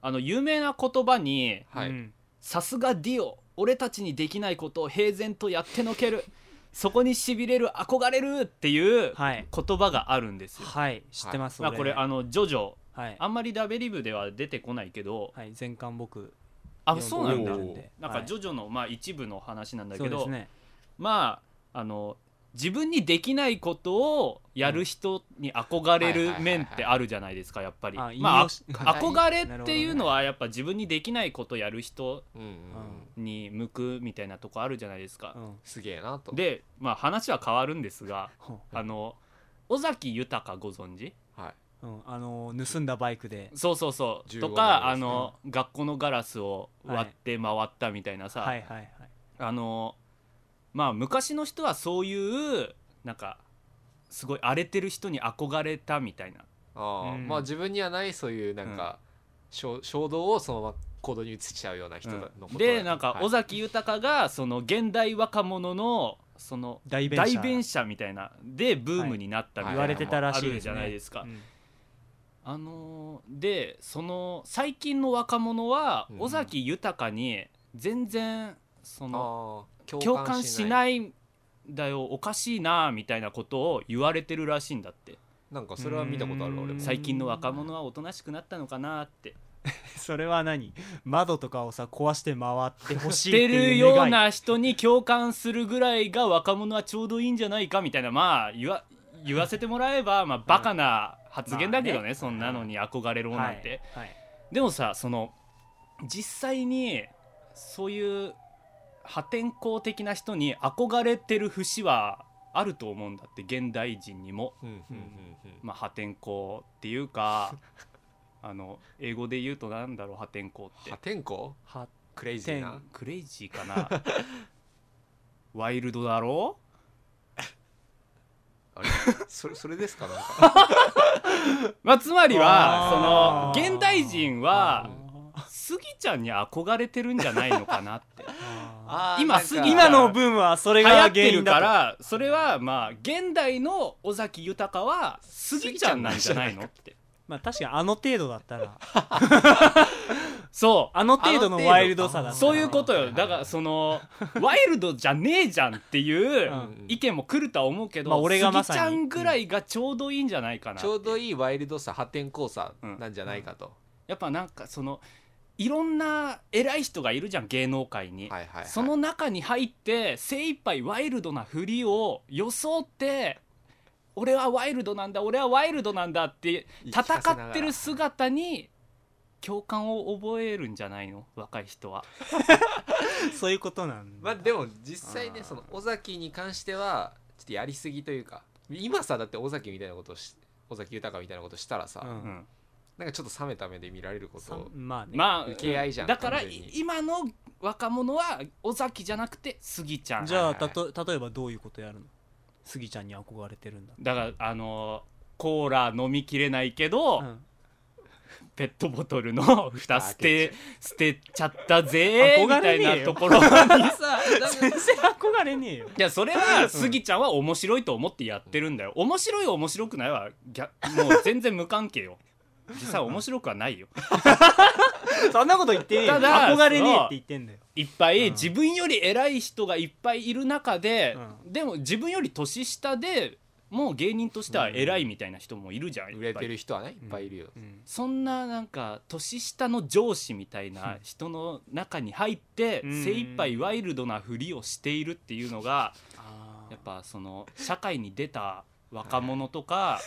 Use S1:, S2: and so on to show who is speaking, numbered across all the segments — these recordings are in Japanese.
S1: あの有名な言葉に
S2: はい、
S3: うん
S1: 「さすがディオ俺たちにできないことを平然とやっての けるそこにしびれる憧れる」っていう
S3: はい
S1: 言葉があるんですよ、
S3: はい知ってます、
S1: まあ、これ
S3: は
S1: あのジョジョ
S3: い、
S1: あんまりダベリブでは出てこないけど
S3: はい、全巻僕
S1: あそうなんだ
S3: 読
S2: おー
S3: でるで
S1: なん
S3: は
S1: か
S3: い
S1: ジョジョのまあ一部の話なんだ
S3: そ
S1: け
S3: うで
S1: ど、
S3: すね
S1: まああの自分にできないことをやる人に憧れ
S2: うん
S1: る
S2: はいはいはいはい
S1: 面ってあるじゃないですかやっぱり。
S3: あ引
S1: まあ
S3: 用し
S2: はい
S1: 憧れっていうのはやっぱ自分にできないことやる人
S2: うんうんうん
S1: に向くみたいなとこあるじゃないですか
S3: う。ん
S2: すげえなと
S1: で、まあ、話は変わるんですが
S3: ほ
S1: あの尾崎豊ご存知
S2: はい、
S3: うん、あの盗んだバイクで
S1: そうそうそう
S2: 15
S1: と
S2: 番です
S1: かあの、学校のガラスを割って回ったみたいなさ、
S3: はいはいはい
S1: あのまあ昔の人はそういうなんかすごい荒れてる人に憧れたみたいな
S2: ああ、
S3: うん
S2: まあ自分にはないそういうなんか、衝衝動をそのまま行動に移しちゃうような人のことだ、
S1: でなんか
S2: はい
S1: 尾崎豊がその現代若者のその
S3: 代弁者
S1: 代弁者みたいなでブームになったみたい
S3: 言
S1: な
S3: わ
S1: の
S3: れてた
S1: も
S3: ら
S1: あ
S3: しい
S1: る
S3: です、
S1: じ
S3: ね、
S1: ゃないですか
S3: う。ん
S1: あのーでその最近の若者は
S2: うん
S1: 尾崎豊に全然その
S2: ああ
S1: 共感しないんだよおかしいなみたいなことを言われてるらしいんだって
S2: なんかそれは見たことあるわ俺
S3: う
S2: も
S3: ん
S1: 最近の若者はおとなしくなったのかなって
S3: それは何窓とかをさ壊して回ってほし
S1: し
S3: い
S1: て
S3: って
S1: る
S3: いう願い
S1: ような人に共感するぐらいが若者はちょうどいいんじゃないかみたいなまあ言わ言わせてもらえばまあバカな発言だけど
S3: まあ
S1: ねそんなのに憧れる
S3: は
S1: ないんて。
S3: はい
S1: でもさその実際にそういう破天荒的な人に憧れてる節はあると思うんだって現代人にも、
S2: うんうんうんうん
S1: まあ、破天荒っていうかあの英語で言うとなんだろう破天荒って
S2: 破天荒
S3: は
S2: クレイジーな
S1: クレイジーかなワイルドだろ
S2: あれそれそれですかなん か
S1: まあ、つまりは
S3: あ
S1: そ
S3: ー
S1: の現代人
S3: あ
S1: は
S3: ー
S1: スギちゃんに憧れてるんじゃないのかなって
S2: あ
S3: あ
S2: ー
S1: 今
S2: なんか
S1: すぐ
S3: 今のブームはそれ
S1: 流行
S3: が
S1: っ
S3: 原
S1: てる
S3: 因
S1: か
S3: だ
S1: らそれはまあ現代の尾崎豊はスギちゃんなんじゃないのって
S3: とまあ確かにあの程度だったら
S1: そう
S3: あの程度のワイルドさだ
S1: あ
S3: ったら
S1: そういうこと
S2: はい
S1: よ
S2: はい
S1: だからそ のワイルドじゃねえじゃんっていう
S3: うん
S1: 意見も来るとは思うけど、
S3: まあ俺がまさに
S1: スギちゃんぐらいがちょうどいいんじゃないかなっ
S2: ち
S1: て
S2: ょうどいいワイルドさ破天荒さなんじゃないかと、
S1: やっぱなんかそのいろんな偉い人がいるじゃん芸能界に、
S2: はいはいはい
S1: その中に入って精一杯ワイルドな振りを装って俺はワイルドなんだ俺はワイルドなんだって
S2: 言い
S1: 戦
S2: 聞かせながら
S1: ってる姿に共感を覚えるんじゃないの若い人は
S3: そういうことなん
S2: まあ
S3: だ
S2: でも実際
S1: あ
S2: ね
S1: ー
S2: その尾崎に関してはちょっとやりすぎというか今さだって尾崎みたいなことをし尾崎豊みたいなことしたらさ、
S3: うん
S1: うん
S2: なんかちょっと冷めた目で見られること
S3: さ
S2: を
S3: まあね
S1: まあ
S2: 受け合いじゃん
S1: だから
S2: 完全に
S1: 今の若者は尾崎じゃなくてスギちゃん
S3: じゃあ
S2: はいは
S3: た
S2: い
S3: と例えばどういうことやるのスギちゃんに憧れてるんだ
S1: だからあのコーラ飲みきれないけど、
S3: うん
S1: ペットボトルの 蓋捨 て捨てちゃった ぜみ
S3: 憧
S1: た
S3: れ
S1: い
S3: ねえよ
S1: なところにさ
S3: 全然憧れねえよ
S1: いやそれはスギちゃんは面白いと思ってやってるんだよ面白い面白くないは逆もう全然無関係よ実際面白くはないよ
S3: そんなこと言ってねえよ
S1: ただ
S3: 憧れねえって言ってんだよ
S1: いっぱ
S3: う
S1: い
S3: ん
S1: 自分より偉い人がいっぱいいる中で、でも自分より年下でもう芸人としては偉いみたいな人もいるじゃん、
S2: 売
S1: やっ
S2: れ
S1: ぱり
S2: てる人はねいっぱいいるよ、
S3: うん
S1: そんななんか年下の上司みたいな人の中に入って
S3: うん
S1: 精一杯ワイルドなふりをしているっていうのが
S3: あー
S1: やっぱその社会に出た若者とか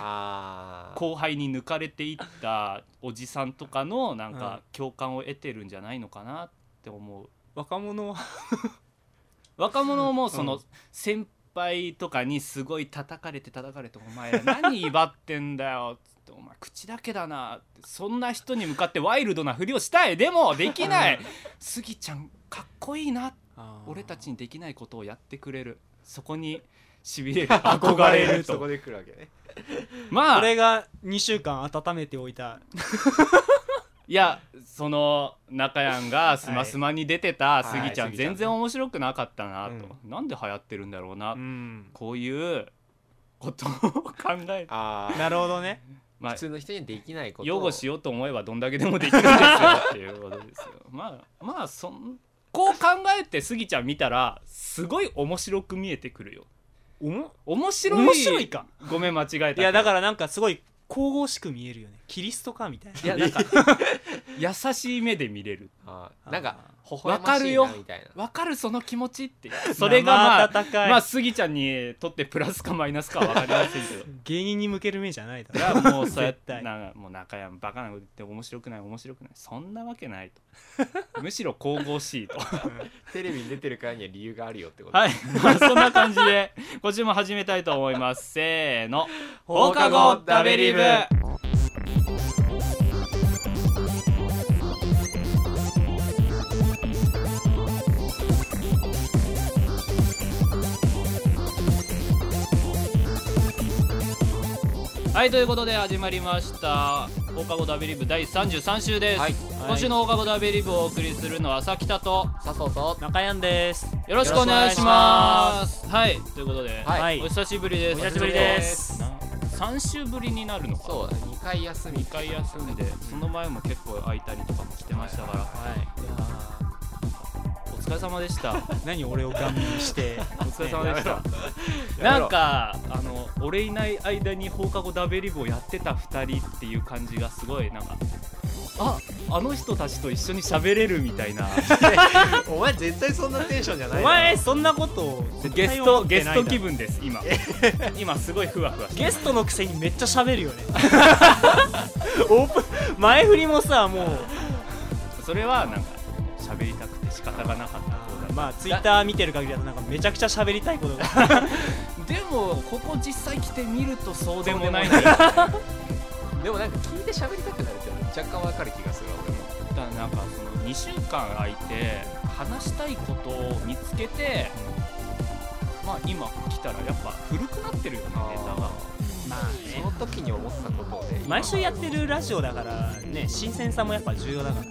S2: ああ
S1: 後輩に抜かれていったおじさんとかのなん
S3: うん
S1: か共感を得てるんじゃないのかなって思う
S3: 若者は
S1: 若者もそうの
S3: ん
S1: 先輩とかにすごい叩かれて叩かれて「お前ら何威張ってんだよ」つって「お前口だけだな」ってそんな人に向かってワイルドなふりをしたいでもできないスギちゃんかっこいいな俺たちにできないことをやってくれるそこにしびれる憧れる
S2: そことで来るわけね
S1: ま
S3: こ
S1: あ
S3: れが2週間温めておいた
S1: いやその中やんが「スマスマに出てたスギちゃ
S2: はい
S1: ん
S2: スギちゃんね
S1: 全然面白くなかったなと、なんで流行ってるんだろうな、
S3: うん
S1: こういうことを考えて
S2: ああ
S3: なるほどね
S1: まあ
S2: 普通の人にはできないことを
S1: 擁護しようと思えばどんだけでもできるんですよっていうことですよ まあまあそんこう考えてスギちゃん見たらすごい面白く見えてくるよ
S3: おも
S1: 面白い
S3: 面白いか
S1: ごめん間違えたけ
S3: い
S1: ど
S3: やだからなんかすごい神々しく見えるよねキリストかみたいない
S1: やなんか 優しい目で見れる
S2: あーなんか微
S1: わ
S2: 笑
S1: か
S2: ま
S1: る
S2: しい
S1: よ
S2: なみたいな
S1: わかるその気持ちっていうそれがまあ
S3: 生温かい
S1: まあスギちゃんにとってプラスかマイナスかは分かりませんけど
S3: 芸人に向ける目じゃないだろ
S1: いやもうそうやっ
S3: 絶
S1: て
S3: 対
S1: なんかもう中山バカなこと言って面白くない面白くないそんなわけないとむしろ神々しいと
S2: テレビに出てるからには理由があるよってこと
S1: はい、まあ、そんな感じで今週も始めたいと思いますせーの放課後ダベリブはいということで始まりました放課後ダベリブ第33週です、
S2: はい
S1: 今週の放課後ダベリブをお送りするのは朝北と
S2: 佐藤と
S3: 中山です
S1: よろしくお願いします。はい、ということで、
S2: はい
S3: はい
S1: お久しぶりです。
S3: お久しぶりです
S1: な三週ぶりになるのか。
S2: そう2回休み
S1: 一回休んで、その前も結構空いたりとかもしてましたから、
S3: はいいや
S1: お疲れ様でした。
S3: ー何俺をガン見にして
S1: お疲れ様でした。
S2: やめろ
S1: なんかあの俺いない間に放課後ダベリブをやってた二人っていう感じがすごいなんか。あ、あの人たちと一緒に喋れるみたいな
S2: お前絶対そんなテンションじゃ
S3: お
S2: ない
S3: 前そんなこと
S1: ゲストゲス
S3: 絶対思ってないだろ
S1: ト気分です今今すごいふわふわして
S3: ゲストのくせにめっちゃ喋るよねオープン前振りもさもう
S1: それはなんか喋りたくて仕方がなかったそうだ
S3: まあツイッター見てる限りだとなんかめちゃくちゃ喋りたいことが
S1: でもここ実際来てみるとそうでもないん
S2: そ
S1: だ
S2: う
S1: よだ
S2: でもなんか聞いて喋りたくなるっていうのは若干わかる気がする俺も
S1: なんか その2週間空いて話したいことを見つけて、まあ今来たらやっぱ古くなってるよねネタが
S3: まあ
S2: その時に思ったことをね
S3: 毎週やってるラジオだからね新鮮さもやっぱ重要だから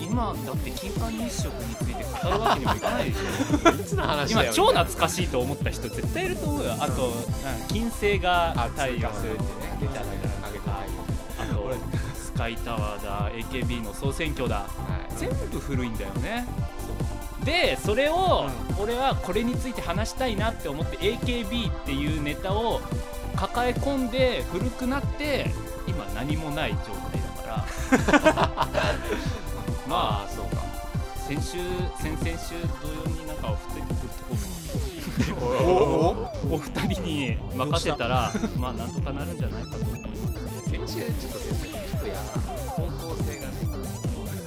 S1: 今だって金環日食について語るわけにもいかないでし ょ
S2: 今いつの話
S1: 今
S2: だよ
S1: 超懐かしいと思った人絶対いると思うよあと、うん金星が
S2: あ
S1: 太
S2: 対
S1: 陽
S2: 応するってね出たら投げたはい
S1: あとスカイタワーだ AKB の総選挙だ全部古いんだよねでそれを、俺はこれについて話したいなって思って AKB っていうネタを抱え込んで古くなって今何もない状態だから まあそうか先週先々週同様になんかお二人
S2: おお
S1: お二人に任せたらまあなんとかなるんじゃないかと思います
S2: 先週ちょっと先生ちょっとや方向性がね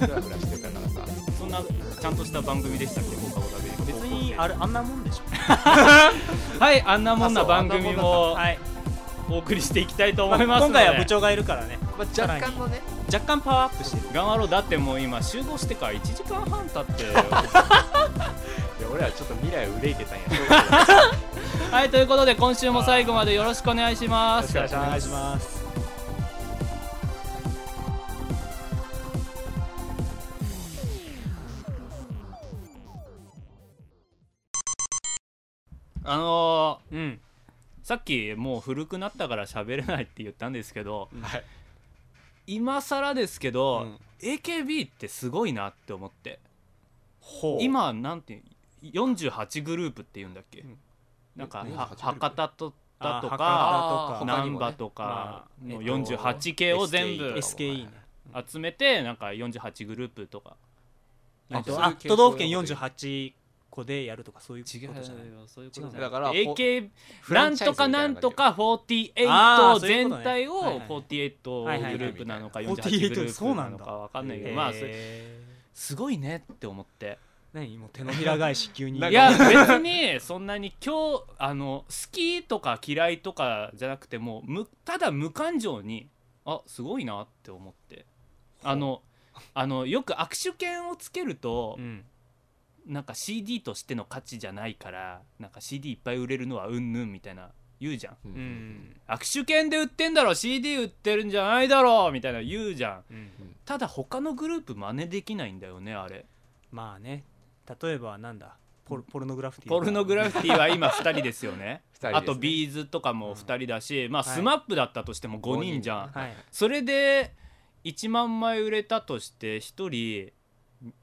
S2: フラフラしてたからさ
S1: そんなちゃんとした番組でしたっけ放課後だけで
S3: 別にあれあんなもんでしょ
S1: はいあんなもんな
S2: あそう
S1: 番組も
S3: はい
S1: お送りしていきたいと思いますの
S3: 今
S1: で
S3: 回は部長がいるからね
S2: まあ若干のね
S3: 若干パワーアップしてる
S1: 頑張ろうだってもう今集合してから1時間半経って
S2: いや俺らちょっと未来を憂いてたんや
S1: はいということで今週も最後までよろしくお願いします
S2: よろしくお願いし
S3: ます
S1: あの
S3: うん
S1: ー、さっきもう古くなったから喋れないって言ったんですけど
S2: はい
S1: 今更ですけど、
S3: うん
S1: AKB ってすごいなって思って
S3: ほう
S1: 今なんて48グループって言うんだっけ、
S2: うん
S1: なんか
S2: え
S1: は
S2: 48グループ
S1: 博多とだとか
S3: あ博多とか
S2: あー
S1: 難波とか
S2: 他に
S1: の
S2: もねまあ
S1: 48系を全
S2: え
S1: 部
S2: っと
S3: SKE ね
S1: 集めてなんか48グループとか
S2: あ
S3: えっと
S2: そういう
S3: あ
S2: 系
S3: 都道府県
S2: そういうこ
S3: 48個でやるとかそういうこ
S1: 違う
S3: とじゃない
S1: そういうことじゃない
S2: だから
S1: AK
S2: フラ
S1: な
S2: ン
S1: ん
S2: チャイ
S1: と
S2: ズみた
S1: か
S2: いな
S1: な
S2: 感
S1: ん
S2: じ
S1: とか
S3: あ
S1: 48
S3: ーそういう
S1: 全
S3: ことね
S1: 体を
S3: はいは
S1: 48グ
S3: い
S1: ループなのか
S3: はいはい
S1: 48グルー
S3: そ
S1: プ
S3: うな
S1: なんの
S3: だ
S1: かわかんないけど
S3: へー
S1: まあそれすごいねって思って
S3: 何もう手のひら返 し急に
S2: なん
S1: い
S2: か
S1: や別にそんなに今日あの好きとか嫌いとかじゃなくてもうむただ無感情にあすごいなって思ってあのあのよく握手券をつけると、
S3: うん
S1: なんか CD としての価値じゃないからなんか CD いっぱい売れるのはうんぬんみたいな言うじゃん
S2: う
S3: うんん
S1: 握手券で売ってんだろ CD 売ってるんじゃないだろみたいな言うじゃん
S3: うん
S1: ただ他のグループ真似できないんだよねあれ
S3: まあね例えばなんだポルポルノグラフィティ
S1: ポルノグラフィティは今2人ですよね
S2: 二人ですね
S1: あとビーズとかも2人だし、まあ
S3: はい
S1: スマップだったとしても5人じゃん、
S3: はい
S1: それで1万枚売れたとして1人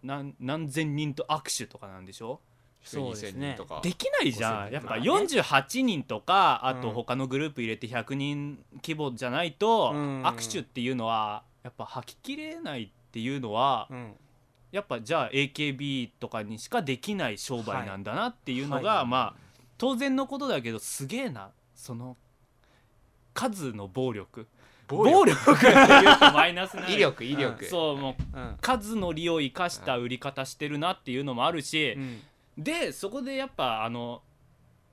S1: 何何千人と握手とかなんでしょ
S3: そうですね
S2: 2000人とか
S1: できないじゃ
S2: 5000
S1: んやっぱ
S2: まあね
S1: 48人とかあと
S3: うん
S1: 他のグループ入れて100人規模じゃないと
S3: うん
S1: 握手っていうのはやっぱ吐ききれないっていうのは
S3: うん
S1: やっぱじゃあ AKB とかにしかできない商売なんだなっていうの
S3: はいは
S1: が
S3: い
S1: まあ当然のことだけどすげえなその数の暴力
S2: 暴
S1: 暴
S2: 力
S1: 力っていうとマイナスな
S2: 威力威力
S1: そうもう
S3: うん
S1: 数の利を生かした売り方してるなっていうのもあるし、
S3: うん
S1: でそこでやっぱあの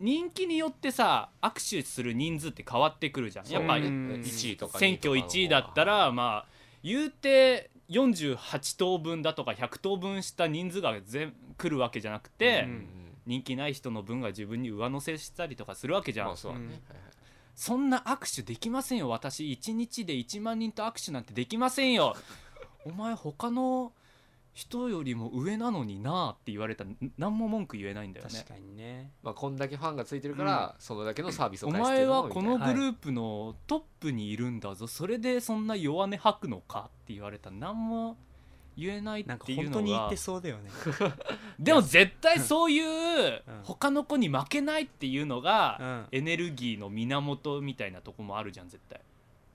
S1: 人気によってさ握手する人数って変わってくるじゃん
S2: そう
S1: やっぱ
S3: うん
S2: 1位とか
S1: 選挙1位だったらまあ言うて48等分だとか100等分した人数が全来るわけじゃなくて、
S3: うん
S1: 人気ない人の分が自分に上乗せしたりとかするわけじ
S2: じ
S1: ゃん、
S2: まあそうだね
S3: うん
S2: はいはい
S1: そんな握手できませんよ私1日で1万人と握手なんてできません よお前他の人よりも上なのになあって言われたら何も文句言えないんだよね
S3: 確かにね
S2: まあこんだけファンがついてるからそのだけのサービスを
S1: お
S2: 返して
S1: 前
S2: る
S1: はこの
S2: み
S1: グループのトップにいるんだぞそれでそんな弱音吐くのかって言われたら何も言えないっ
S3: なんか
S1: ていう
S3: 本当
S1: の
S3: に言っ
S1: が
S3: てそうだよ ね
S1: でも絶対そういう
S3: うん
S1: 他の子に負けないっていうの
S3: う
S1: が
S3: ん
S1: エネルギーの源みたいなとこもあるじゃん絶対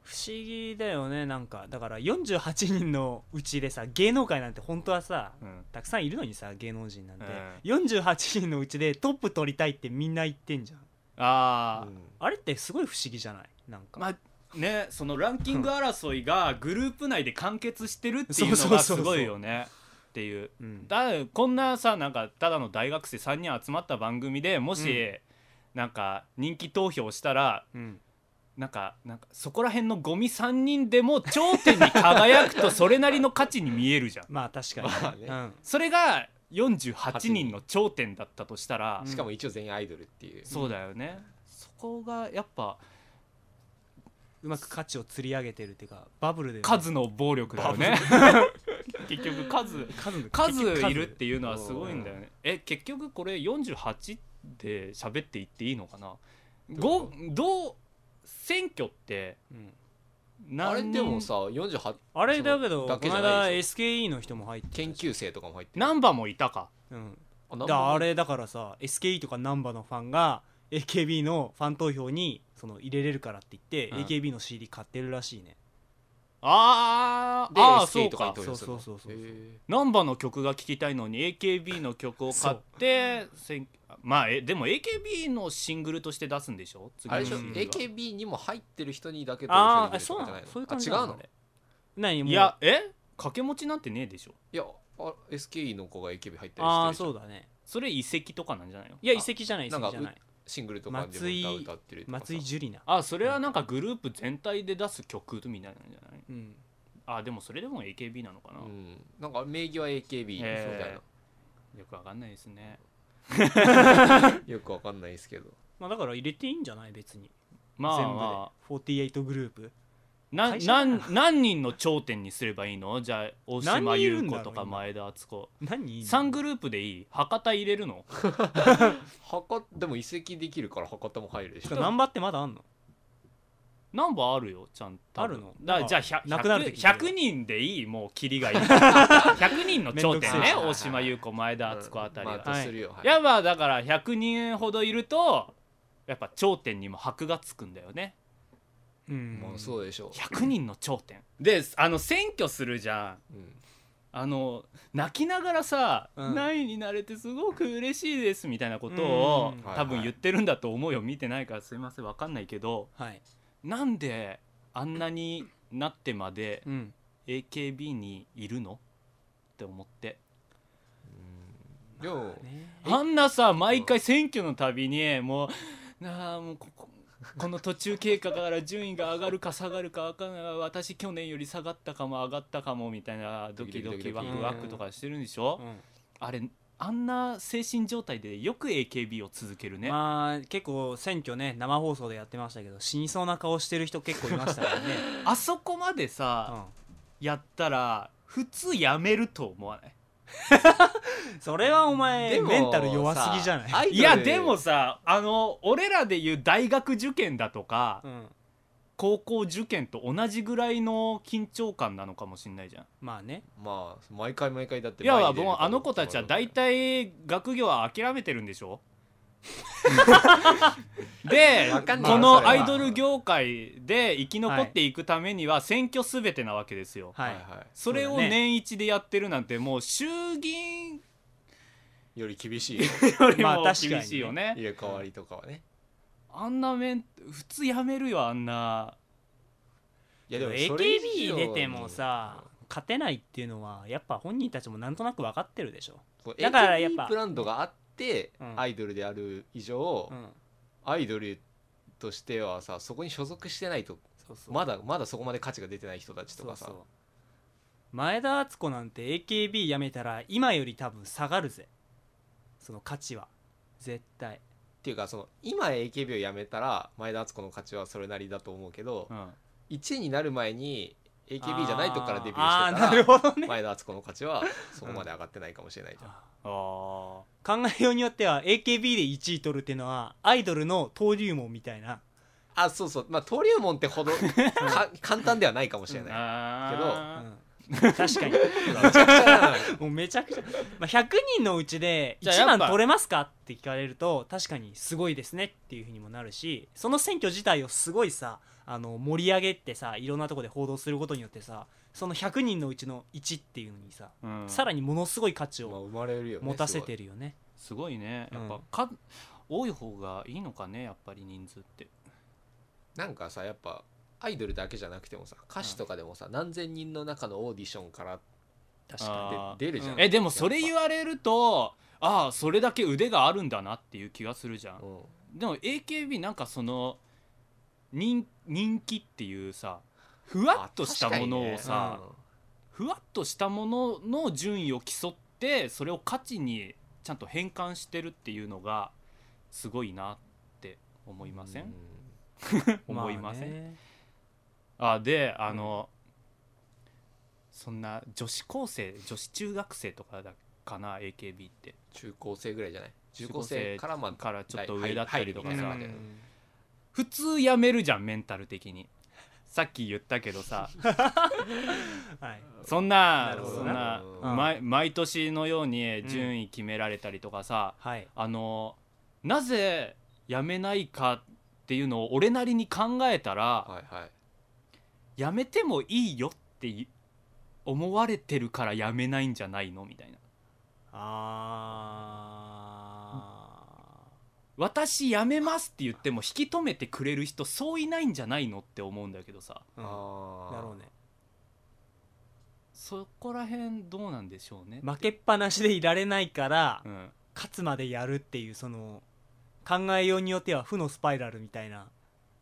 S3: 不思議だよねなんかだから48人のうちでさ芸能界なんて本当はさ
S1: うん
S3: たくさんいるのにさ芸能人なんて、
S1: う
S3: 48人のうちでトップ取りたいってみんな言ってんじゃん
S1: ああ
S2: たいなうん
S3: あれってすごい不思議じゃないなんか、
S1: まあねそのランキング争いがグループ内で完結してるっていう
S3: そ
S1: の
S3: うそう
S1: が
S3: そ
S1: す
S3: うそう
S1: ごいよねっていう
S3: うん、
S1: だこんなさなんかただの大学生3人集まった番組でもし、
S3: うん
S1: なんか人気投票したら
S3: うん
S1: なんかなんかそこら辺のゴミ3人でも頂点に輝くとそれなりの価値に見えるじゃん
S3: まあ確か
S2: まあ
S3: に、
S2: ね
S3: うん、
S1: それが48人の頂点だったとしたら、
S3: うん
S2: しかも一応全員アイドルっていう
S1: そうだよね、そこがやっぱ
S3: うまく価値を釣り上げてるっていうかバブルで、
S1: 数の暴力だよね 結局数
S3: 数
S1: 数いるっ
S3: いう
S1: ていうのはすごいんだよねえ結局これ48で喋っていっていいのかな
S2: ど
S1: ご
S2: う
S1: どう選挙って
S3: ん
S1: 何
S2: あれでも
S1: 人
S2: さ48
S3: あれだけ
S2: そ
S3: ど
S2: のだ
S3: こ
S2: けじ
S3: の
S2: ゃな
S3: 間
S2: いで
S3: SKE の人も入ってた
S2: 研究生とかも入ってる
S1: 何番もいたか
S3: うん、
S2: あ
S3: だ
S2: なん
S3: か
S2: も
S3: らあれだからさ SKE とか難波のファンが AKB のファン投票にその入れれるからって言って、
S1: うん
S3: AKB の CD 買ってるらしいね
S1: あー
S2: で
S1: あー
S2: SK とかに
S1: そうか
S2: 投票するの
S3: そうそうそうそう
S2: へー
S1: 何番の曲が聴きたいのに AKB の曲を買って選まあえでも AKB のシングルとして出すんでしょ次
S2: あ
S1: の
S2: れでしょ
S1: シングルは
S2: AKB にも入ってる人にだけ投
S3: あ
S2: 票
S3: あ
S2: でき
S3: そう
S2: るとか
S3: な
S2: じゃない
S3: の
S2: の
S3: そういう感
S2: あ違
S3: じ
S2: う
S3: なの
S2: の
S3: あれ何もう
S1: いやえ掛け持ちなんてねえでしょ
S2: いやあ SKE の子が AKB 入ったりしてるじゃん
S3: ああそうだね
S1: それ遺跡とかなんじゃないの
S3: いや遺跡じゃない遺
S2: なんか
S3: 跡じゃないう
S2: シングルとかでも歌を歌ってるとかさ
S3: 松井樹里奈
S1: あそれはなんかグループ全体で出す曲みたいなんじゃない
S3: うん
S1: あでもそれでも AKB なのかな、
S2: うん、なんか名義は AKB みたい
S1: へよくわかんないですね
S2: なよくわかんないですけど
S3: まあだから入れていいんじゃない別に
S1: まあ、
S3: 全
S1: ま
S3: 部で48グループ
S1: あ、な
S3: 会社だ
S1: なん何人の頂点にすればいいのじゃあ大島
S3: 何人いる
S1: 優
S3: んだ
S1: 子
S3: ろう
S1: とか
S3: 今
S1: 前田敦子
S3: 何人いんの
S1: 3グループでいい博多入れるの
S2: 博でも移籍できるから博多も入るでしょ
S3: ナンバーってまだあんの
S1: 何番あるよちゃんと
S3: あるの
S1: だ
S3: あ
S1: じゃあ 100,
S3: なくなる時
S1: 100人でいいもうキリがい い100人の頂点
S3: めん
S1: ね
S3: ど
S2: せ
S3: く
S2: え
S1: 大島優子前田敦子あたり
S2: ま
S1: が、
S2: あとするよ、はい
S1: やっぱだから100人ほどいるとやっぱ頂点にも箔がつくんだよね
S3: うん
S2: まあそうでしょ
S1: 100人の頂点であの選挙するじゃん
S2: う、うん
S1: あの泣きながらさ「
S3: うん
S1: 何位になれてすごく嬉しいです」みたいなことを
S3: うん
S1: 多分
S2: はいはい
S1: 言ってるんだと思うよ見てないからすいませんわかんないけど
S3: はい
S1: なんであんなになってまで
S3: うん
S1: AKB にいるのって思って
S2: でも、
S3: ね
S1: あんなさ毎回選挙のたびにもうなあもうこここの途中経過から順位が上がるか下がるかわかんない私去年より下がったかも上がったかもみたいなドキド
S2: ドキ
S1: キ
S2: ドキ
S1: ワクワクとかしてるんでし
S3: う
S1: ょ
S3: ん
S1: あれあんな精神状態でよく AKB を続けるね
S3: まあ結構選挙ね生放送でやってましたけど死にそうな顔してる人結構いましたからね、
S1: あそこまで
S3: う
S1: さ
S3: ん
S1: やったら普通やめると思わない
S3: それはお前
S2: でも
S3: メンタル弱すぎじゃない
S2: さアイドル
S1: いやでもさあの俺らでいう大学受験だとか
S3: うん
S1: 高校受験と同じぐらいの緊張感なのかもしんないじゃん
S3: まあね
S2: まあ毎回毎回だって
S1: いや
S2: 前に出る
S1: もうあの子たちは大体学業は諦めてるんでし ょで
S2: わかんない
S1: この
S2: それは
S1: アイドル業界で生き残っていくためには選挙すべてなわけですよ、
S3: はい、
S1: それ
S3: そ
S1: を
S3: うだね
S1: 年一でやってるなんてもう衆議院
S2: より厳しい
S1: より
S3: まあ
S1: も
S3: 確かにね
S1: 厳しいよね,、
S2: 入れ替わりとかはね
S1: あんな面普通やめるよあんない
S2: やでもそれ以上
S3: AKB
S2: に
S3: 出てもさ勝てないっていうのはやっぱ本人たちもなんとなく分かってるでしょ、
S2: こう
S3: だからやっぱ
S2: AKB ブランドがあって
S3: うん
S2: アイドルである以上
S3: うん、
S2: アイドルとしてはさそこに所属してないと
S3: そうそう
S2: まだまだそこまで価値が出てない人たちとかさ
S3: そうそう前田敦子なんて AKB 辞めたら今より多分下がるぜその価値は絶
S2: っ
S3: 対
S2: ていうかその今 AKB を辞めたら前田敦子の価値はそれなりだと思うけど
S1: うん
S2: 1位になる前に AKB じゃないとこからデビュ
S3: あー
S2: ー
S3: な
S2: して
S3: る
S2: た
S3: ほど
S2: ら
S3: ね
S2: 前田敦子の価値はそこまで上がってないかもしれないじゃ
S1: あ
S2: ん
S3: 考えようによっては AKB で1位取るっていうのはアイドルの登竜門みたいな
S2: あそうそうまあ登竜門って ほどか簡単ではないかもしれ
S1: ー
S2: ない
S1: あー
S3: うん確か に
S2: めちゃくちゃ
S3: もうめちゃくちゃ、まあ、100人のうちで
S1: じゃあやっぱ
S3: 1番取れますかって聞かれると確かにすごいですねっていうふうにもなるしその選挙自体をすごいさあの盛り上げてさいろんなとこで報道することによってさその100人のうちの1っていうのにさ、
S1: うん
S3: さらにものすごい価値
S2: なまあ
S3: を
S2: 生まれるよね
S3: 持たせてるよね
S1: すごいねやっ
S3: うん
S1: ぱ、か多い方がいいのかねやっぱり人数って
S2: なんかさやっぱアイドルだけじゃなくてもさ歌手とかでもさ、何千人の中のオーディションから
S3: 確か
S1: あー
S2: で出るじゃ ん
S1: えでもそれ言われるとああそれだけ腕があるんだなっていう気がするじゃん
S2: うん
S1: でも AKB なんかその人人気っていうさふわっとしたものをさ、ふわっとしたものの順位を競ってそれを価値にちゃんと変換してるっていうのがすごいなって思いません、
S3: に
S1: 思いません、
S3: ね
S1: あであの、そんな女子高生女子中学生とかだかな AKB って
S2: 中高生ぐらいじゃない中高生からまあ
S1: からちょっと上だったりとか
S2: 入る
S1: さ
S2: 入るみたいな
S3: うん
S1: 普通やめるじゃんメンタル的にさっき言ったけどさ
S3: はい
S1: そんな
S2: なるほど
S1: そん
S2: な
S1: な
S3: うん
S1: 毎毎年のように順位決められたりとかさ、
S3: はい
S1: あのなぜやめないかっていうのを俺なりに考えたら
S2: はいはい
S1: やめてもいいよってい思われてるからやめないんじゃないのみたいな
S3: あー
S1: 私やめますって言っても引き止めてくれる人そういないんじゃないのって思うんだけどさ
S3: うん
S2: あ
S3: だろう
S2: ね
S3: ね
S1: そこら辺どうなんでしょうね
S3: 負けっぱなしでいられないから
S1: うん
S3: 勝つまでやるっていうその考えようによっては負のスパイラルみたいな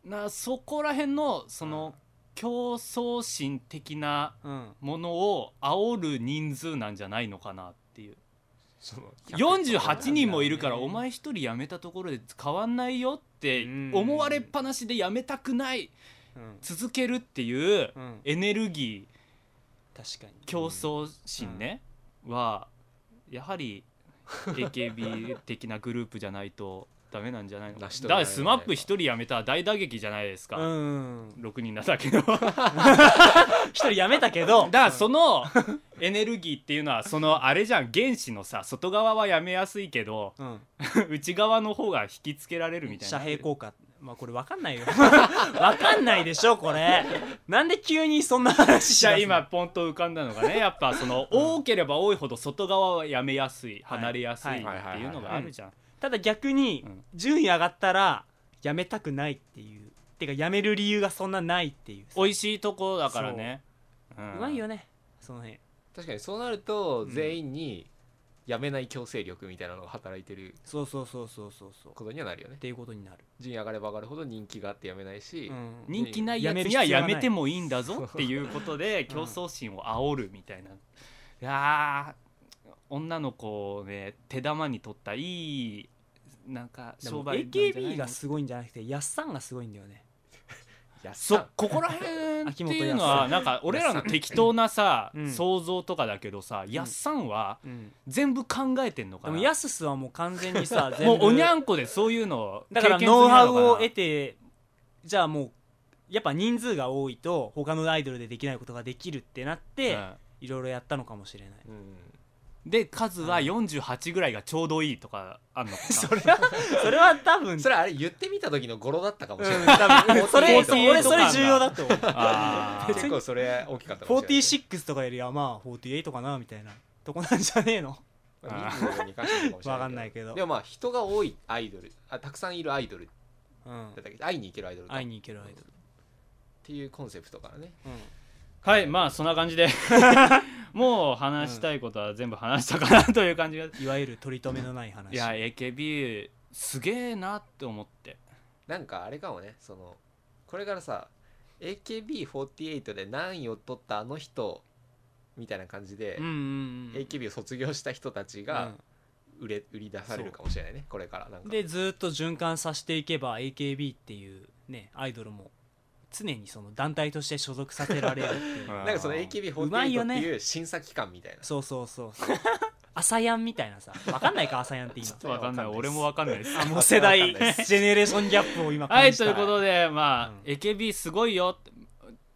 S1: なそこら辺のそ
S3: うん
S1: の競争心的な
S3: うん
S1: ものを煽る人数なんじゃないのかなっていう
S2: その
S1: 48人もいるから
S3: そうなんだよね
S1: お前一人辞めたところで変わんないよって思われっぱなしで辞めたくない
S3: うん、
S1: 続けるっていう
S3: うん、
S1: エネルギ
S3: 確か
S1: ー
S3: に
S1: 競争心ねはやはり AKB 的なグループじゃないとダメなんじゃないのか
S2: 成し遂げ
S1: だか
S2: られ
S1: ら
S2: ない
S1: スマップ一人辞めたら大打撃じゃないですか、
S3: うん
S1: 6人なんだけどだか
S3: 一人やめたけ ど
S1: らそのエネルギーっていうのはそのあれじゃん原子のさ外側はやめやすいけど
S3: うん、
S1: 内側の方が引きつけられるみたいな
S3: 遮蔽効果まあこれ分かんないよ 分かんないでしょこれなんで急にそんな話し
S1: じ
S3: ち
S1: ゃ
S3: ゃ
S1: あ今ポンと浮かんだのがねやっぱそ の多ければ多いほど外側はやめやすい離れやすいっていうのがあるじゃん
S3: ただ逆に
S1: うん
S3: 順位上がったらやめたくないっていうてかやめる理由がそんなないっていう
S1: 美味しいとこだからねう
S3: うんまいよねその辺
S2: 確かにそうなると全員に辞めない強制力みたいなのが働いてる
S3: そうそうそうそうそうそうっ
S2: ことにはなるよね
S3: ていうことになる、
S2: 順位上がれば上がるほど人気があって辞めないし、
S3: うん
S1: 人気ないやつにはやめてもいいんだぞっていうことで競争心を煽るみたいな、いやー女の子をね手玉に取ったいいなんか
S3: で
S1: 商
S3: も
S1: 売なんじゃない
S3: AKB
S1: の
S3: がすごいんじゃなくてやっさんがすごいんだよね
S2: やっ
S1: そ
S2: さ
S1: ここら辺って
S3: 秋元
S1: いうの
S3: 康
S1: はなんか俺らの適当なさ、
S3: うん
S1: 想像とかだけどさやっさんは
S3: うん、
S1: 全部考えてんのか
S3: で
S1: な
S3: もやすすはもう完全に さ
S1: もうおにゃ
S3: ん
S1: んこでそういうのを
S3: だから
S1: 経験済み
S3: ノウ
S1: な
S3: ハ
S1: の
S3: ウ
S1: かな
S3: を得てじゃあもうやっぱ人数が多いと他のアイドルでできないことができるってなって、いろいろやったのかもしれない
S2: うん
S1: うんで数は48ぐらいがちょうどいいとかあんのかな
S3: それはそれは多分
S2: それあれ言ってみた時の語呂だったかもしれない、
S3: うんそれ
S1: 48
S3: そう俺
S1: と
S3: そ
S1: か
S3: れ
S1: な
S3: 重要だと思う
S1: あー
S2: 結構それ大 きかったかもしれない
S3: 46とかよりはまあ48かなみたいなとこなんじゃねえの
S2: まあ人数に関しても
S3: わかんないけど
S2: でもまあ人が多いアイドルあたくさんいるアイドル
S3: うん
S2: だったっけ会いに行けるアイドルか
S3: 会いに行けるアイドル
S2: っていうコンセプトからね
S1: はいまあそんな感 じでもう話したいことは全部話したかなという感じが
S3: いわゆる取り留めのない話
S1: いや AKB すげえなって思って
S2: なんかあれかもねそのこれからさ AKB48 で何位を取ったあの人みたいな感じで、
S3: うんうんうん
S2: AKB を卒業した人たちが売れ売り出されるかもしれないねこれからなん
S3: うん
S2: か
S3: でずーっと循環させていけば AKB っていうねアイドルも常にその団体として所属させられるっていう
S1: うん
S2: なんかその
S3: うまい
S2: AKB48 っ
S3: よ
S2: て
S3: ね
S2: いう審査機関みたいな、
S3: そうそうそうそう朝やんみたいなさわかんないか朝やんって今
S1: わかんない俺もわかんない です
S3: あもう世代ジェネレーションギャップを今
S1: は
S3: 感
S1: い
S3: じ
S1: と
S3: た
S1: いうことでまあ、
S3: うん
S1: AKB すごいよ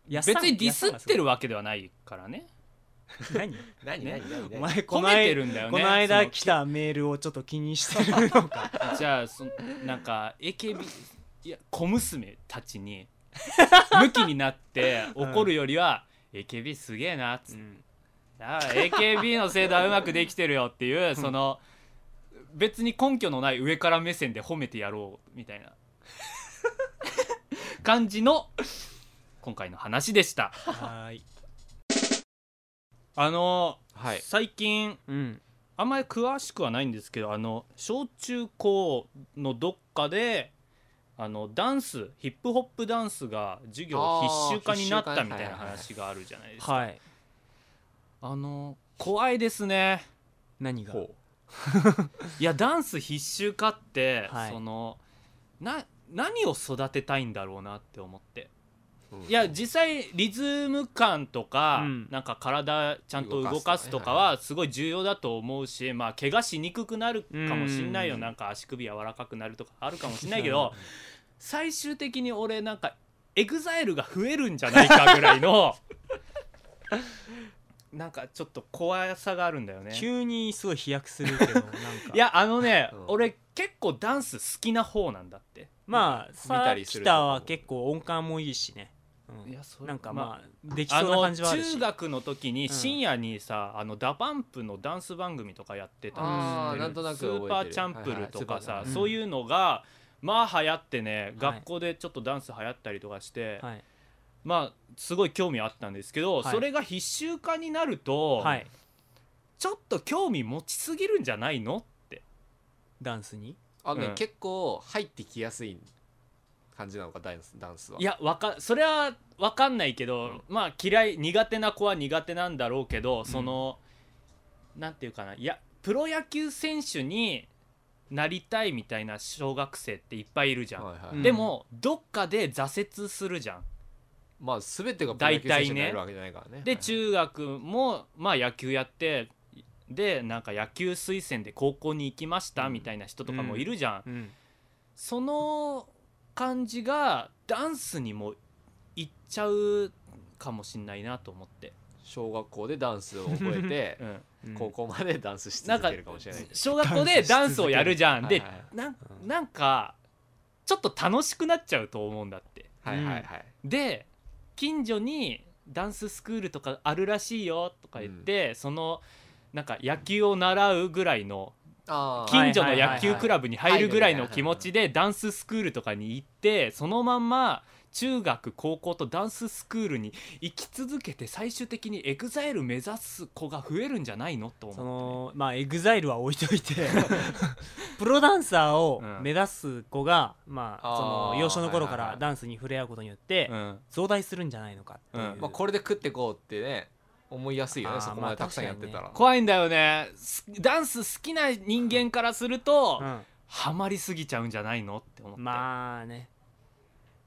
S1: 別にディスってるわけではないからね
S3: 何
S2: 何
S1: ね
S2: 何何
S3: お
S2: 何
S3: 前こ
S1: 褒
S3: の
S1: めて
S3: 間
S1: るんだよね
S3: この間来
S1: そ
S3: たメールをちょっと気にしてるのか
S1: のじゃあそなんか AKB いや小娘たちに 向きになって怒るよりは、AKB すげえなっつってああ AKB の制度はうまくできてるよっていうその別に根拠のない上から目線で褒めてやろうみたい な感じの今回の話でした
S3: はーい
S1: あの、
S2: はい
S1: 最近
S3: うん
S1: あんまり詳しくはないんですけどあの小中高のどっかであのダンスヒップホップダンスが授業必修化になったみたいな話があるじゃないですか、
S3: はい
S1: あの怖いですね
S3: 何が
S2: ほ
S1: いやダンス必修化って、
S3: はい
S1: そのな何を育てたいんだろうなって思って
S2: ううん
S1: いや実際リズム感とか、
S3: うん
S1: なんか体ちゃんと動
S2: 動
S1: か
S2: か
S1: す
S2: す
S1: と
S2: と
S1: か
S2: か
S1: はすごい重要だと思うし、まあ怪我しにくくなるかもしんないよ
S3: うん
S1: なんか足首柔らかくなるとかあるかもしんないけど最終的に俺なんかエグザイルが増えるんじゃないかぐらいのなんかちょっと怖さがあるんだよね。
S3: 急にすごい飛躍するけどなんか
S1: いやあのね、
S2: うん
S1: 俺結構ダンス好きな方なんだって
S3: まあ
S2: 見た
S3: さ
S2: りす
S3: き
S2: ると
S3: たは結構音感もいいしねうん
S1: いやそれ
S3: なんか
S1: ま
S3: まあでき
S1: あ
S3: そうな
S1: の
S3: 感じはあるし
S1: 中学の時に
S3: ん
S1: 深夜にさ、あのダパンプのダンス番組とかやってたん
S2: あー
S1: です
S2: なんとなく
S1: ス
S2: 覚えてる
S1: ーパーチャンプルとかさ、
S2: はいはい
S3: スーパーチャンプル
S1: そういうのがまあ流行ってね
S3: い
S1: 学校でちょっとダンス流行ったりとかして、
S3: はい
S1: まあすごい興味あったんですけど、
S3: はい
S1: それが必修化になると、
S3: はい
S1: ちょっと興味持ちすぎるんじゃないのって
S3: ダンスに
S2: あのね、
S1: うん
S2: 結構入ってきやすい感じなのかダンスダンスはい
S1: やわかそれはわかんないけど、
S2: うん
S1: まあ嫌い苦手な子は苦手なんだろうけどその、なんていうかないやプロ野球選手になりたいみたいな小学生っていっぱいいるじゃん、
S2: はいはい
S3: うん
S1: でもどっかで挫折するじゃん
S2: まあ全てがプロ野球選手になれるわけじゃないからね
S1: で中学もまあ野球やってでなんか野球推薦で高校に行きました
S2: うん
S1: みたいな人とかもいるじゃん、
S3: うん
S1: その感じがダンスにもいっちゃうかもしんないなと思って、
S2: 小学校でダンスを覚えて
S1: うん、
S2: 高校までダンスし続けるかもしれない
S1: 小学校でダンスをやるじゃん
S2: ダンス
S1: で
S2: し続ける
S1: なん
S2: うん
S1: なんかちょっと楽しくなっちゃうと思うんだって
S2: はいはいはい
S1: で近所にダンススクールとかあるらしいよとか言って、そのなんか野球を習うぐらいの
S2: あー
S1: 近所の野球クラブに入るぐらいの気持ちでダンススクールとかに行ってそのまんま中学高校とダンススクールに行き続けて最終的にエグザイル目指す子が増えるんじゃないのと思って
S3: そ
S1: ね、
S3: のまあエグザイルは置いといてプロダンサーを目指す子が、まあ
S2: あー
S3: その幼少の頃か
S2: はいはい
S3: ら
S2: はい
S3: ダンスに触れ合うことによって
S1: うん
S3: 増大するんじゃないのかっていう、
S1: うん
S2: まあこれで食ってこうってね思いやすいよ
S3: あ
S2: ね
S3: ー
S2: そこまでたくさんやってたら
S1: 怖いんだよねすダンス好きな人間からすると、
S3: うん
S1: ハマりすぎちゃうんじゃないのって思って、
S3: まあね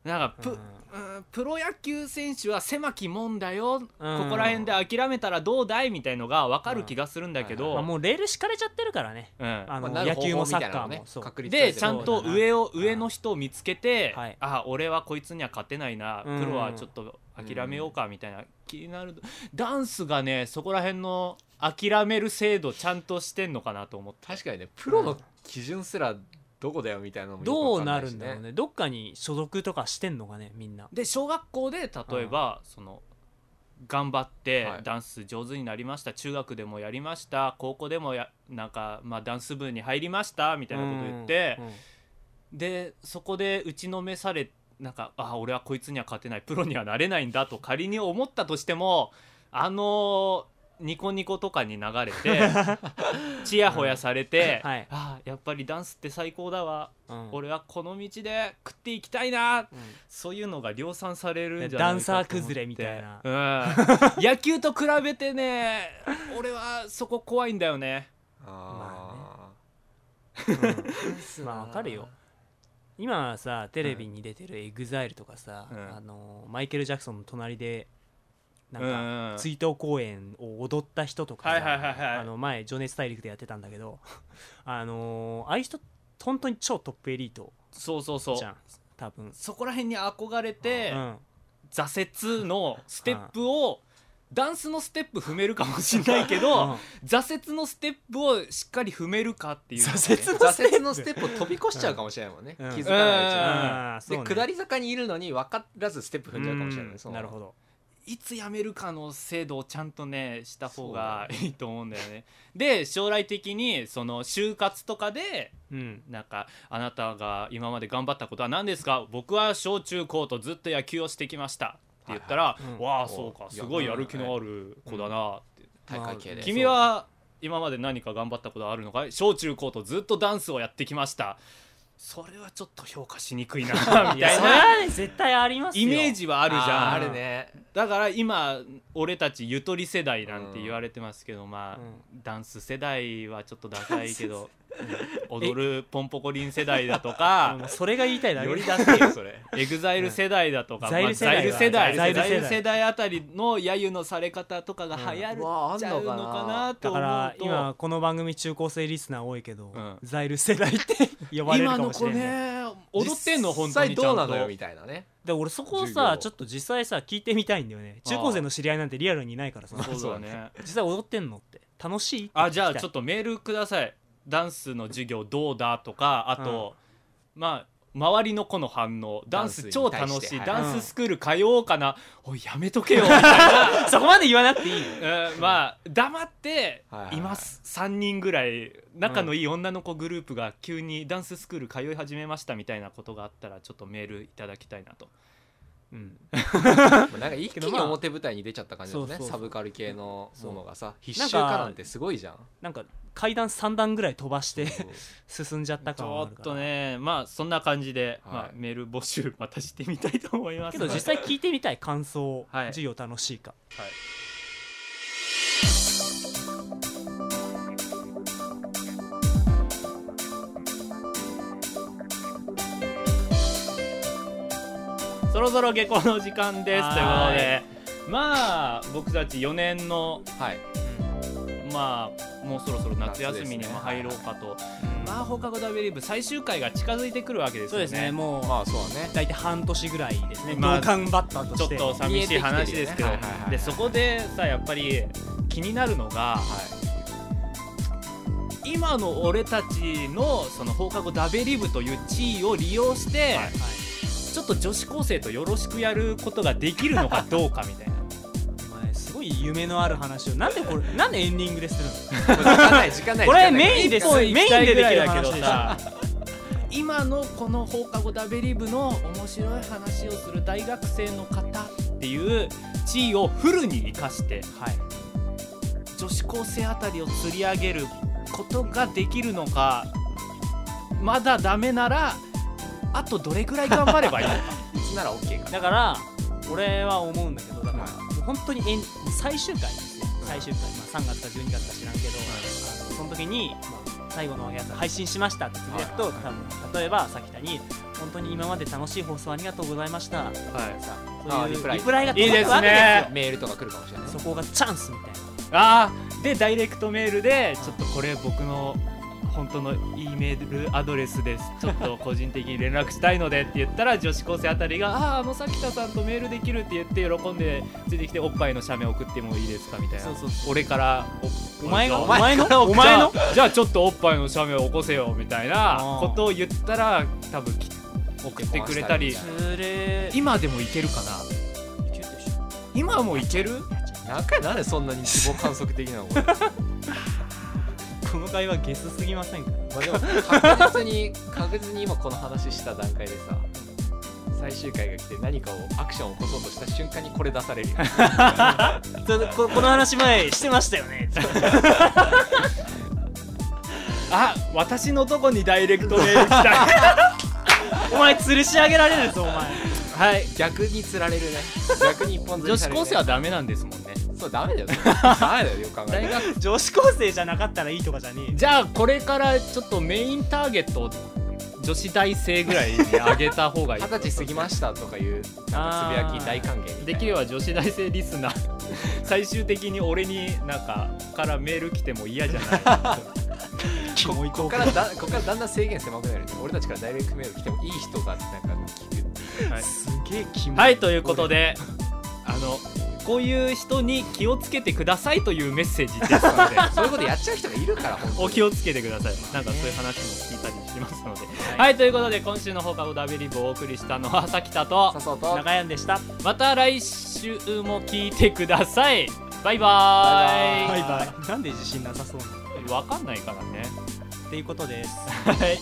S1: なんかプ,
S3: う
S1: うんん、プロ野球選手は狭きもんだよ、ここら辺
S3: あ
S1: で諦めたらどうだいみたいのが分かる気がするんだけ
S2: うん
S1: ど、
S3: まあ、もうレール敷かれちゃってるからね
S1: うん
S3: あの、
S2: まあなる
S3: 野
S2: 方法
S3: 球もサ
S2: みたい
S3: ッ
S2: な
S3: カ
S2: の
S3: ー
S2: ね
S3: もそう
S2: 確立され
S1: で
S2: てる
S1: ちゃん
S3: そ
S1: と
S3: うだな
S1: 上を上の人を見つけて、
S3: はい
S1: あ俺はこいつには勝てないな、
S3: うん
S1: プロはちょっと諦めようかみたいな気になるダンスがねそこら辺の諦める制度ちゃんとしてんのかなと思って
S2: 確かにねプロの基準すらどこだよみたいなのもよく
S3: ど
S2: わ
S3: う
S2: か
S3: な
S2: し
S3: るんだろうねどっかに所属とかしてんのかねみんな
S1: で小学校で例えば、その頑張って
S2: はい
S1: ダンス上手になりました、中学でもやりました高校でもやなんか、まあ、ダンス部に入りましたみたいなこと言って
S3: う、んうん
S1: でそこで打ちのめされなんかあ俺はこいつには勝てないプロにはなれないんだと仮に思ったとしてもあのニコニコとかに流れ てちやほやされて、
S3: はい
S1: あやっぱりダンスって最高だわ、
S3: うん
S1: 俺はこの道で食っていきたいな
S3: うん
S1: そういうのが量産されるんじゃないかと思って
S3: ダンサー崩れみたいな、
S1: うん、 野球と比べてね俺はそこ怖いんだよね
S2: あ
S3: うんまあわかるよ今さテレビに出てるエグザイルとかさ、
S1: うん
S3: あのマイケル・ジャクソンの隣でなん
S1: う
S3: か
S1: ん
S3: 追悼公演を踊った人とか
S1: はいはいはい
S3: さ
S1: はい
S3: あの前「情熱大陸」でやってたんだけど あのーああいう人本当に超トップエリート
S1: そうそうそう
S3: じゃん多分、
S1: そこら辺に憧れ
S3: う
S1: て、
S3: ん、
S1: 挫折のステップをダンスのステップ踏めるかもしれないけど、挫折のステップをしっかり踏めるかっていうのがね、
S3: 挫折
S2: 挫折のステップを飛び越しちゃうかもしれないもんね、
S3: うん
S2: 気づかないうちに、
S1: うん
S3: あーそうね
S2: で下り坂にいるのに分からずステップ踏んじゃうかもしれない、
S3: うん
S2: その
S3: なるほど
S1: いつ辞めるかの制度をちゃんとねした方が
S2: そう
S1: いいと思うんだよね。で将来的にその就活とかで
S3: うん
S1: なんかあなたが今まで頑張ったことは何ですか僕は小中高とずっと野球をしてきましたって言ったら、
S3: はいはいうん
S1: わあそうかすごいやる気のある子だなって、
S2: 大会系で、
S1: 君は今まで何か頑張ったことあるのかい小中高とずっとダンスをやってきましたそれはちょっと評価しにくいなみ
S3: いや
S1: たい
S3: それ
S1: な
S3: はね絶対ありますよ
S1: イメージはあるじゃ
S2: あ
S1: ん
S2: あるね
S1: だから今俺たちゆとり世代なんて言われてますけど、まあ、
S3: う
S1: ダンス世代はちょっとダサいけ どうん踊るポンポコリン世代だとか
S3: もうそれが言いたいだけ
S2: よりだってよそれ
S1: エグザイル世代だとか、
S3: うん
S1: まあ
S3: ザ
S1: ザ
S3: イ
S1: イ
S3: ル
S1: ル
S3: 世
S1: 世
S3: 代
S1: 代
S3: だ
S1: ザ
S3: よ
S1: イ
S3: ザイル世代
S1: ル世代あたりの揶揄のされ方とかが流行る
S2: うわあんの
S1: っちゃうの
S2: かな
S1: かなと
S3: だ
S1: 思う
S3: か
S1: と
S3: ら今この番組中高生リスナー多いけど、
S1: うん
S3: ザイル世代って呼ばれるか
S1: 今
S3: も
S1: の
S3: し
S1: 子
S3: れない、
S1: ね踊ってんの本当にちゃん
S2: 実際ど
S1: と
S2: うなのよみたいなね
S3: で俺そこを
S2: 授業
S3: さ
S2: を
S3: ちょっと実際さ聞いてみたいんだよね中高生の知り合いなんてリアルにいないからさ
S1: そうだね
S3: 実際踊ってんのって楽しい
S1: あじゃあちょ
S3: っ
S1: っとメールくださいダンスの授業どうだとかあと、まあ周りの子の反応ダンス超楽
S2: ダンスに対し
S1: してい
S2: はい
S1: ダンススクール通おうかな、おいやめとけ よみたいな、
S3: とそこまで言わなくていいよ
S1: うんまあ黙って
S2: はいはい
S1: います3人ぐらい仲のいい女の子グループが急にダンススクール通い始めましたみたいなことがあったらちょっとメールいただきたいなと
S3: うん
S2: まあなんか一気
S3: けど
S2: に
S3: まあ
S2: 表舞台に出ちゃった感じだよね
S3: そうそうそ
S2: サ
S3: う
S2: ブカル系のものがさ必
S3: なん
S2: 修
S3: か
S2: 化なんてすごいじゃん
S3: なんか階段3段ぐらい飛ばして
S2: そう
S3: 進んじゃった
S1: ち
S3: 感はあ
S1: ょ
S3: るか
S1: っ
S3: ら
S1: とねまあそんな感じで、
S2: はい
S1: まあ、メール募集またしてみたいと思います
S3: けど実際聞いてみたい感想、
S1: はい
S3: 授業楽しいか
S1: はいそろそろ下校の時間ですということでまあ僕たち4年の
S2: はい
S1: まあもうそろそろ夏休みにも入ろうかと、まあ放課後ダビリブ最終回が近づいてくるわけです
S3: そ
S1: よ
S3: う
S1: ね
S3: ですねもう、
S2: まあそうだね
S3: 大体半年ぐらいですね、
S1: まあ
S3: 同感バッターと
S1: ちょ
S3: し
S1: ってと寂しい話ですけど、
S2: 見えてきてるよねはいはいはいはい
S1: でそこでさやっぱり気になるのが
S2: は
S1: 今の俺たちのその放課後ダベリブという地位を利用して、
S2: はい
S1: ちょっと女子高生とよろしくやることができるのかどうかみたい な
S3: お前すごい夢のある話をなんでこれなんでエンディングでするの
S2: い時間ない時間ない
S3: これ
S2: 時間ない
S3: メインです
S1: 一本行きたいぐらい
S3: メインでできる話
S1: 今のこの放課後ダベリブの面白い話をする大学生の方っていう地位をフルに生かして
S3: はい
S1: 女子高生あたりを釣り上げることができるのかまだダメならあとどれくらい頑張ればいいのか
S2: いつなら OK かな
S3: だから俺は思うんだけどだから、
S2: は
S3: もう本当にエン最終回ですよ最終回、まあ、3月か12月か知らんけど、あのその時に、まあ、最後のやつ配信しましたって言うと、
S2: はいはいは
S3: 多分例えばさきたに「本当に今まで楽しい放送ありがとうございました
S1: は い
S3: さ
S2: あ
S3: そういう
S2: リプライ
S3: リプライが
S1: いい
S3: 届
S1: で
S3: く
S1: す
S3: わけで
S1: ね
S2: メールとか来るかもしれない
S3: すよそこがチャンスみたいな
S1: あーでダイレクトメールでちょっとこれ僕の本当の E メールアドレスですちょっと個人的に連絡したいのでって言ったら女子高生あたりが「あああのさきたさんとメールできる」って言って喜んでついてきておっぱいの写メ送ってもいいですかみたいな
S3: そうそうそ
S1: 俺から
S3: お前が
S1: じゃあ
S3: お前のお
S1: じゃあ
S3: 前の
S1: じゃあちょっとおっぱいの写メを起こせよみたいなことを言ったら多分き送ってくれたり
S2: 結婚した
S3: つれー
S1: 今でもいけるかな今もいける
S2: なんかなんでそんなに死亡観測的なのこれま
S3: この会話ゲスすぎませんか
S2: あでも確実に確実に今この話した段階でさ最終回が来て何かをアクションを起こそうとした瞬間にこれ出され るよ
S3: ちょここの話前してましたよね
S1: あ私のとこにダイレクトメール来た
S3: お前吊るし上げられるぞお前
S1: はい
S2: 逆に釣られるね逆に一本釣
S1: 女
S2: りさ
S1: 子
S2: れる、ね、
S1: 高生はダメなんですもんね
S2: そうダメだよダメだよよく考えた
S1: 大
S2: ら
S1: 学
S3: 女子高生じゃなかったらいいとかじゃねえ
S1: じゃあこれからちょっとメインターゲットを女子大生ぐらいに上げた方がいい
S2: 二十歳過ぎましたとかいうなんかつぶやき大歓迎みたいな
S1: できれば女子大生リスナー最終的に俺になんかからメール来ても嫌じゃない
S3: キモいト
S2: ここ
S3: ー
S2: か
S3: ク
S2: らだここからだんだん制限狭くなるよね俺たちからダイレクトメール来てもいい人がなんか聞く
S1: はい
S3: すげえキモ
S1: はいということであのこういう人に気をつけてくださいというメッセージですので
S2: そういうことやっちゃう人がいるから本当に
S1: お気をつけてくださいなんかそういう話も聞いたりしますのではい、ということで今週の放課後ダベリブをお送りしたのはさきたと
S2: さそうと
S3: 長屋でした
S1: また来週も聞いてくださいバイバーイ
S2: バイバ
S3: イなんで自信なさそうなの
S1: わかんないからね
S3: っていうことです
S1: はい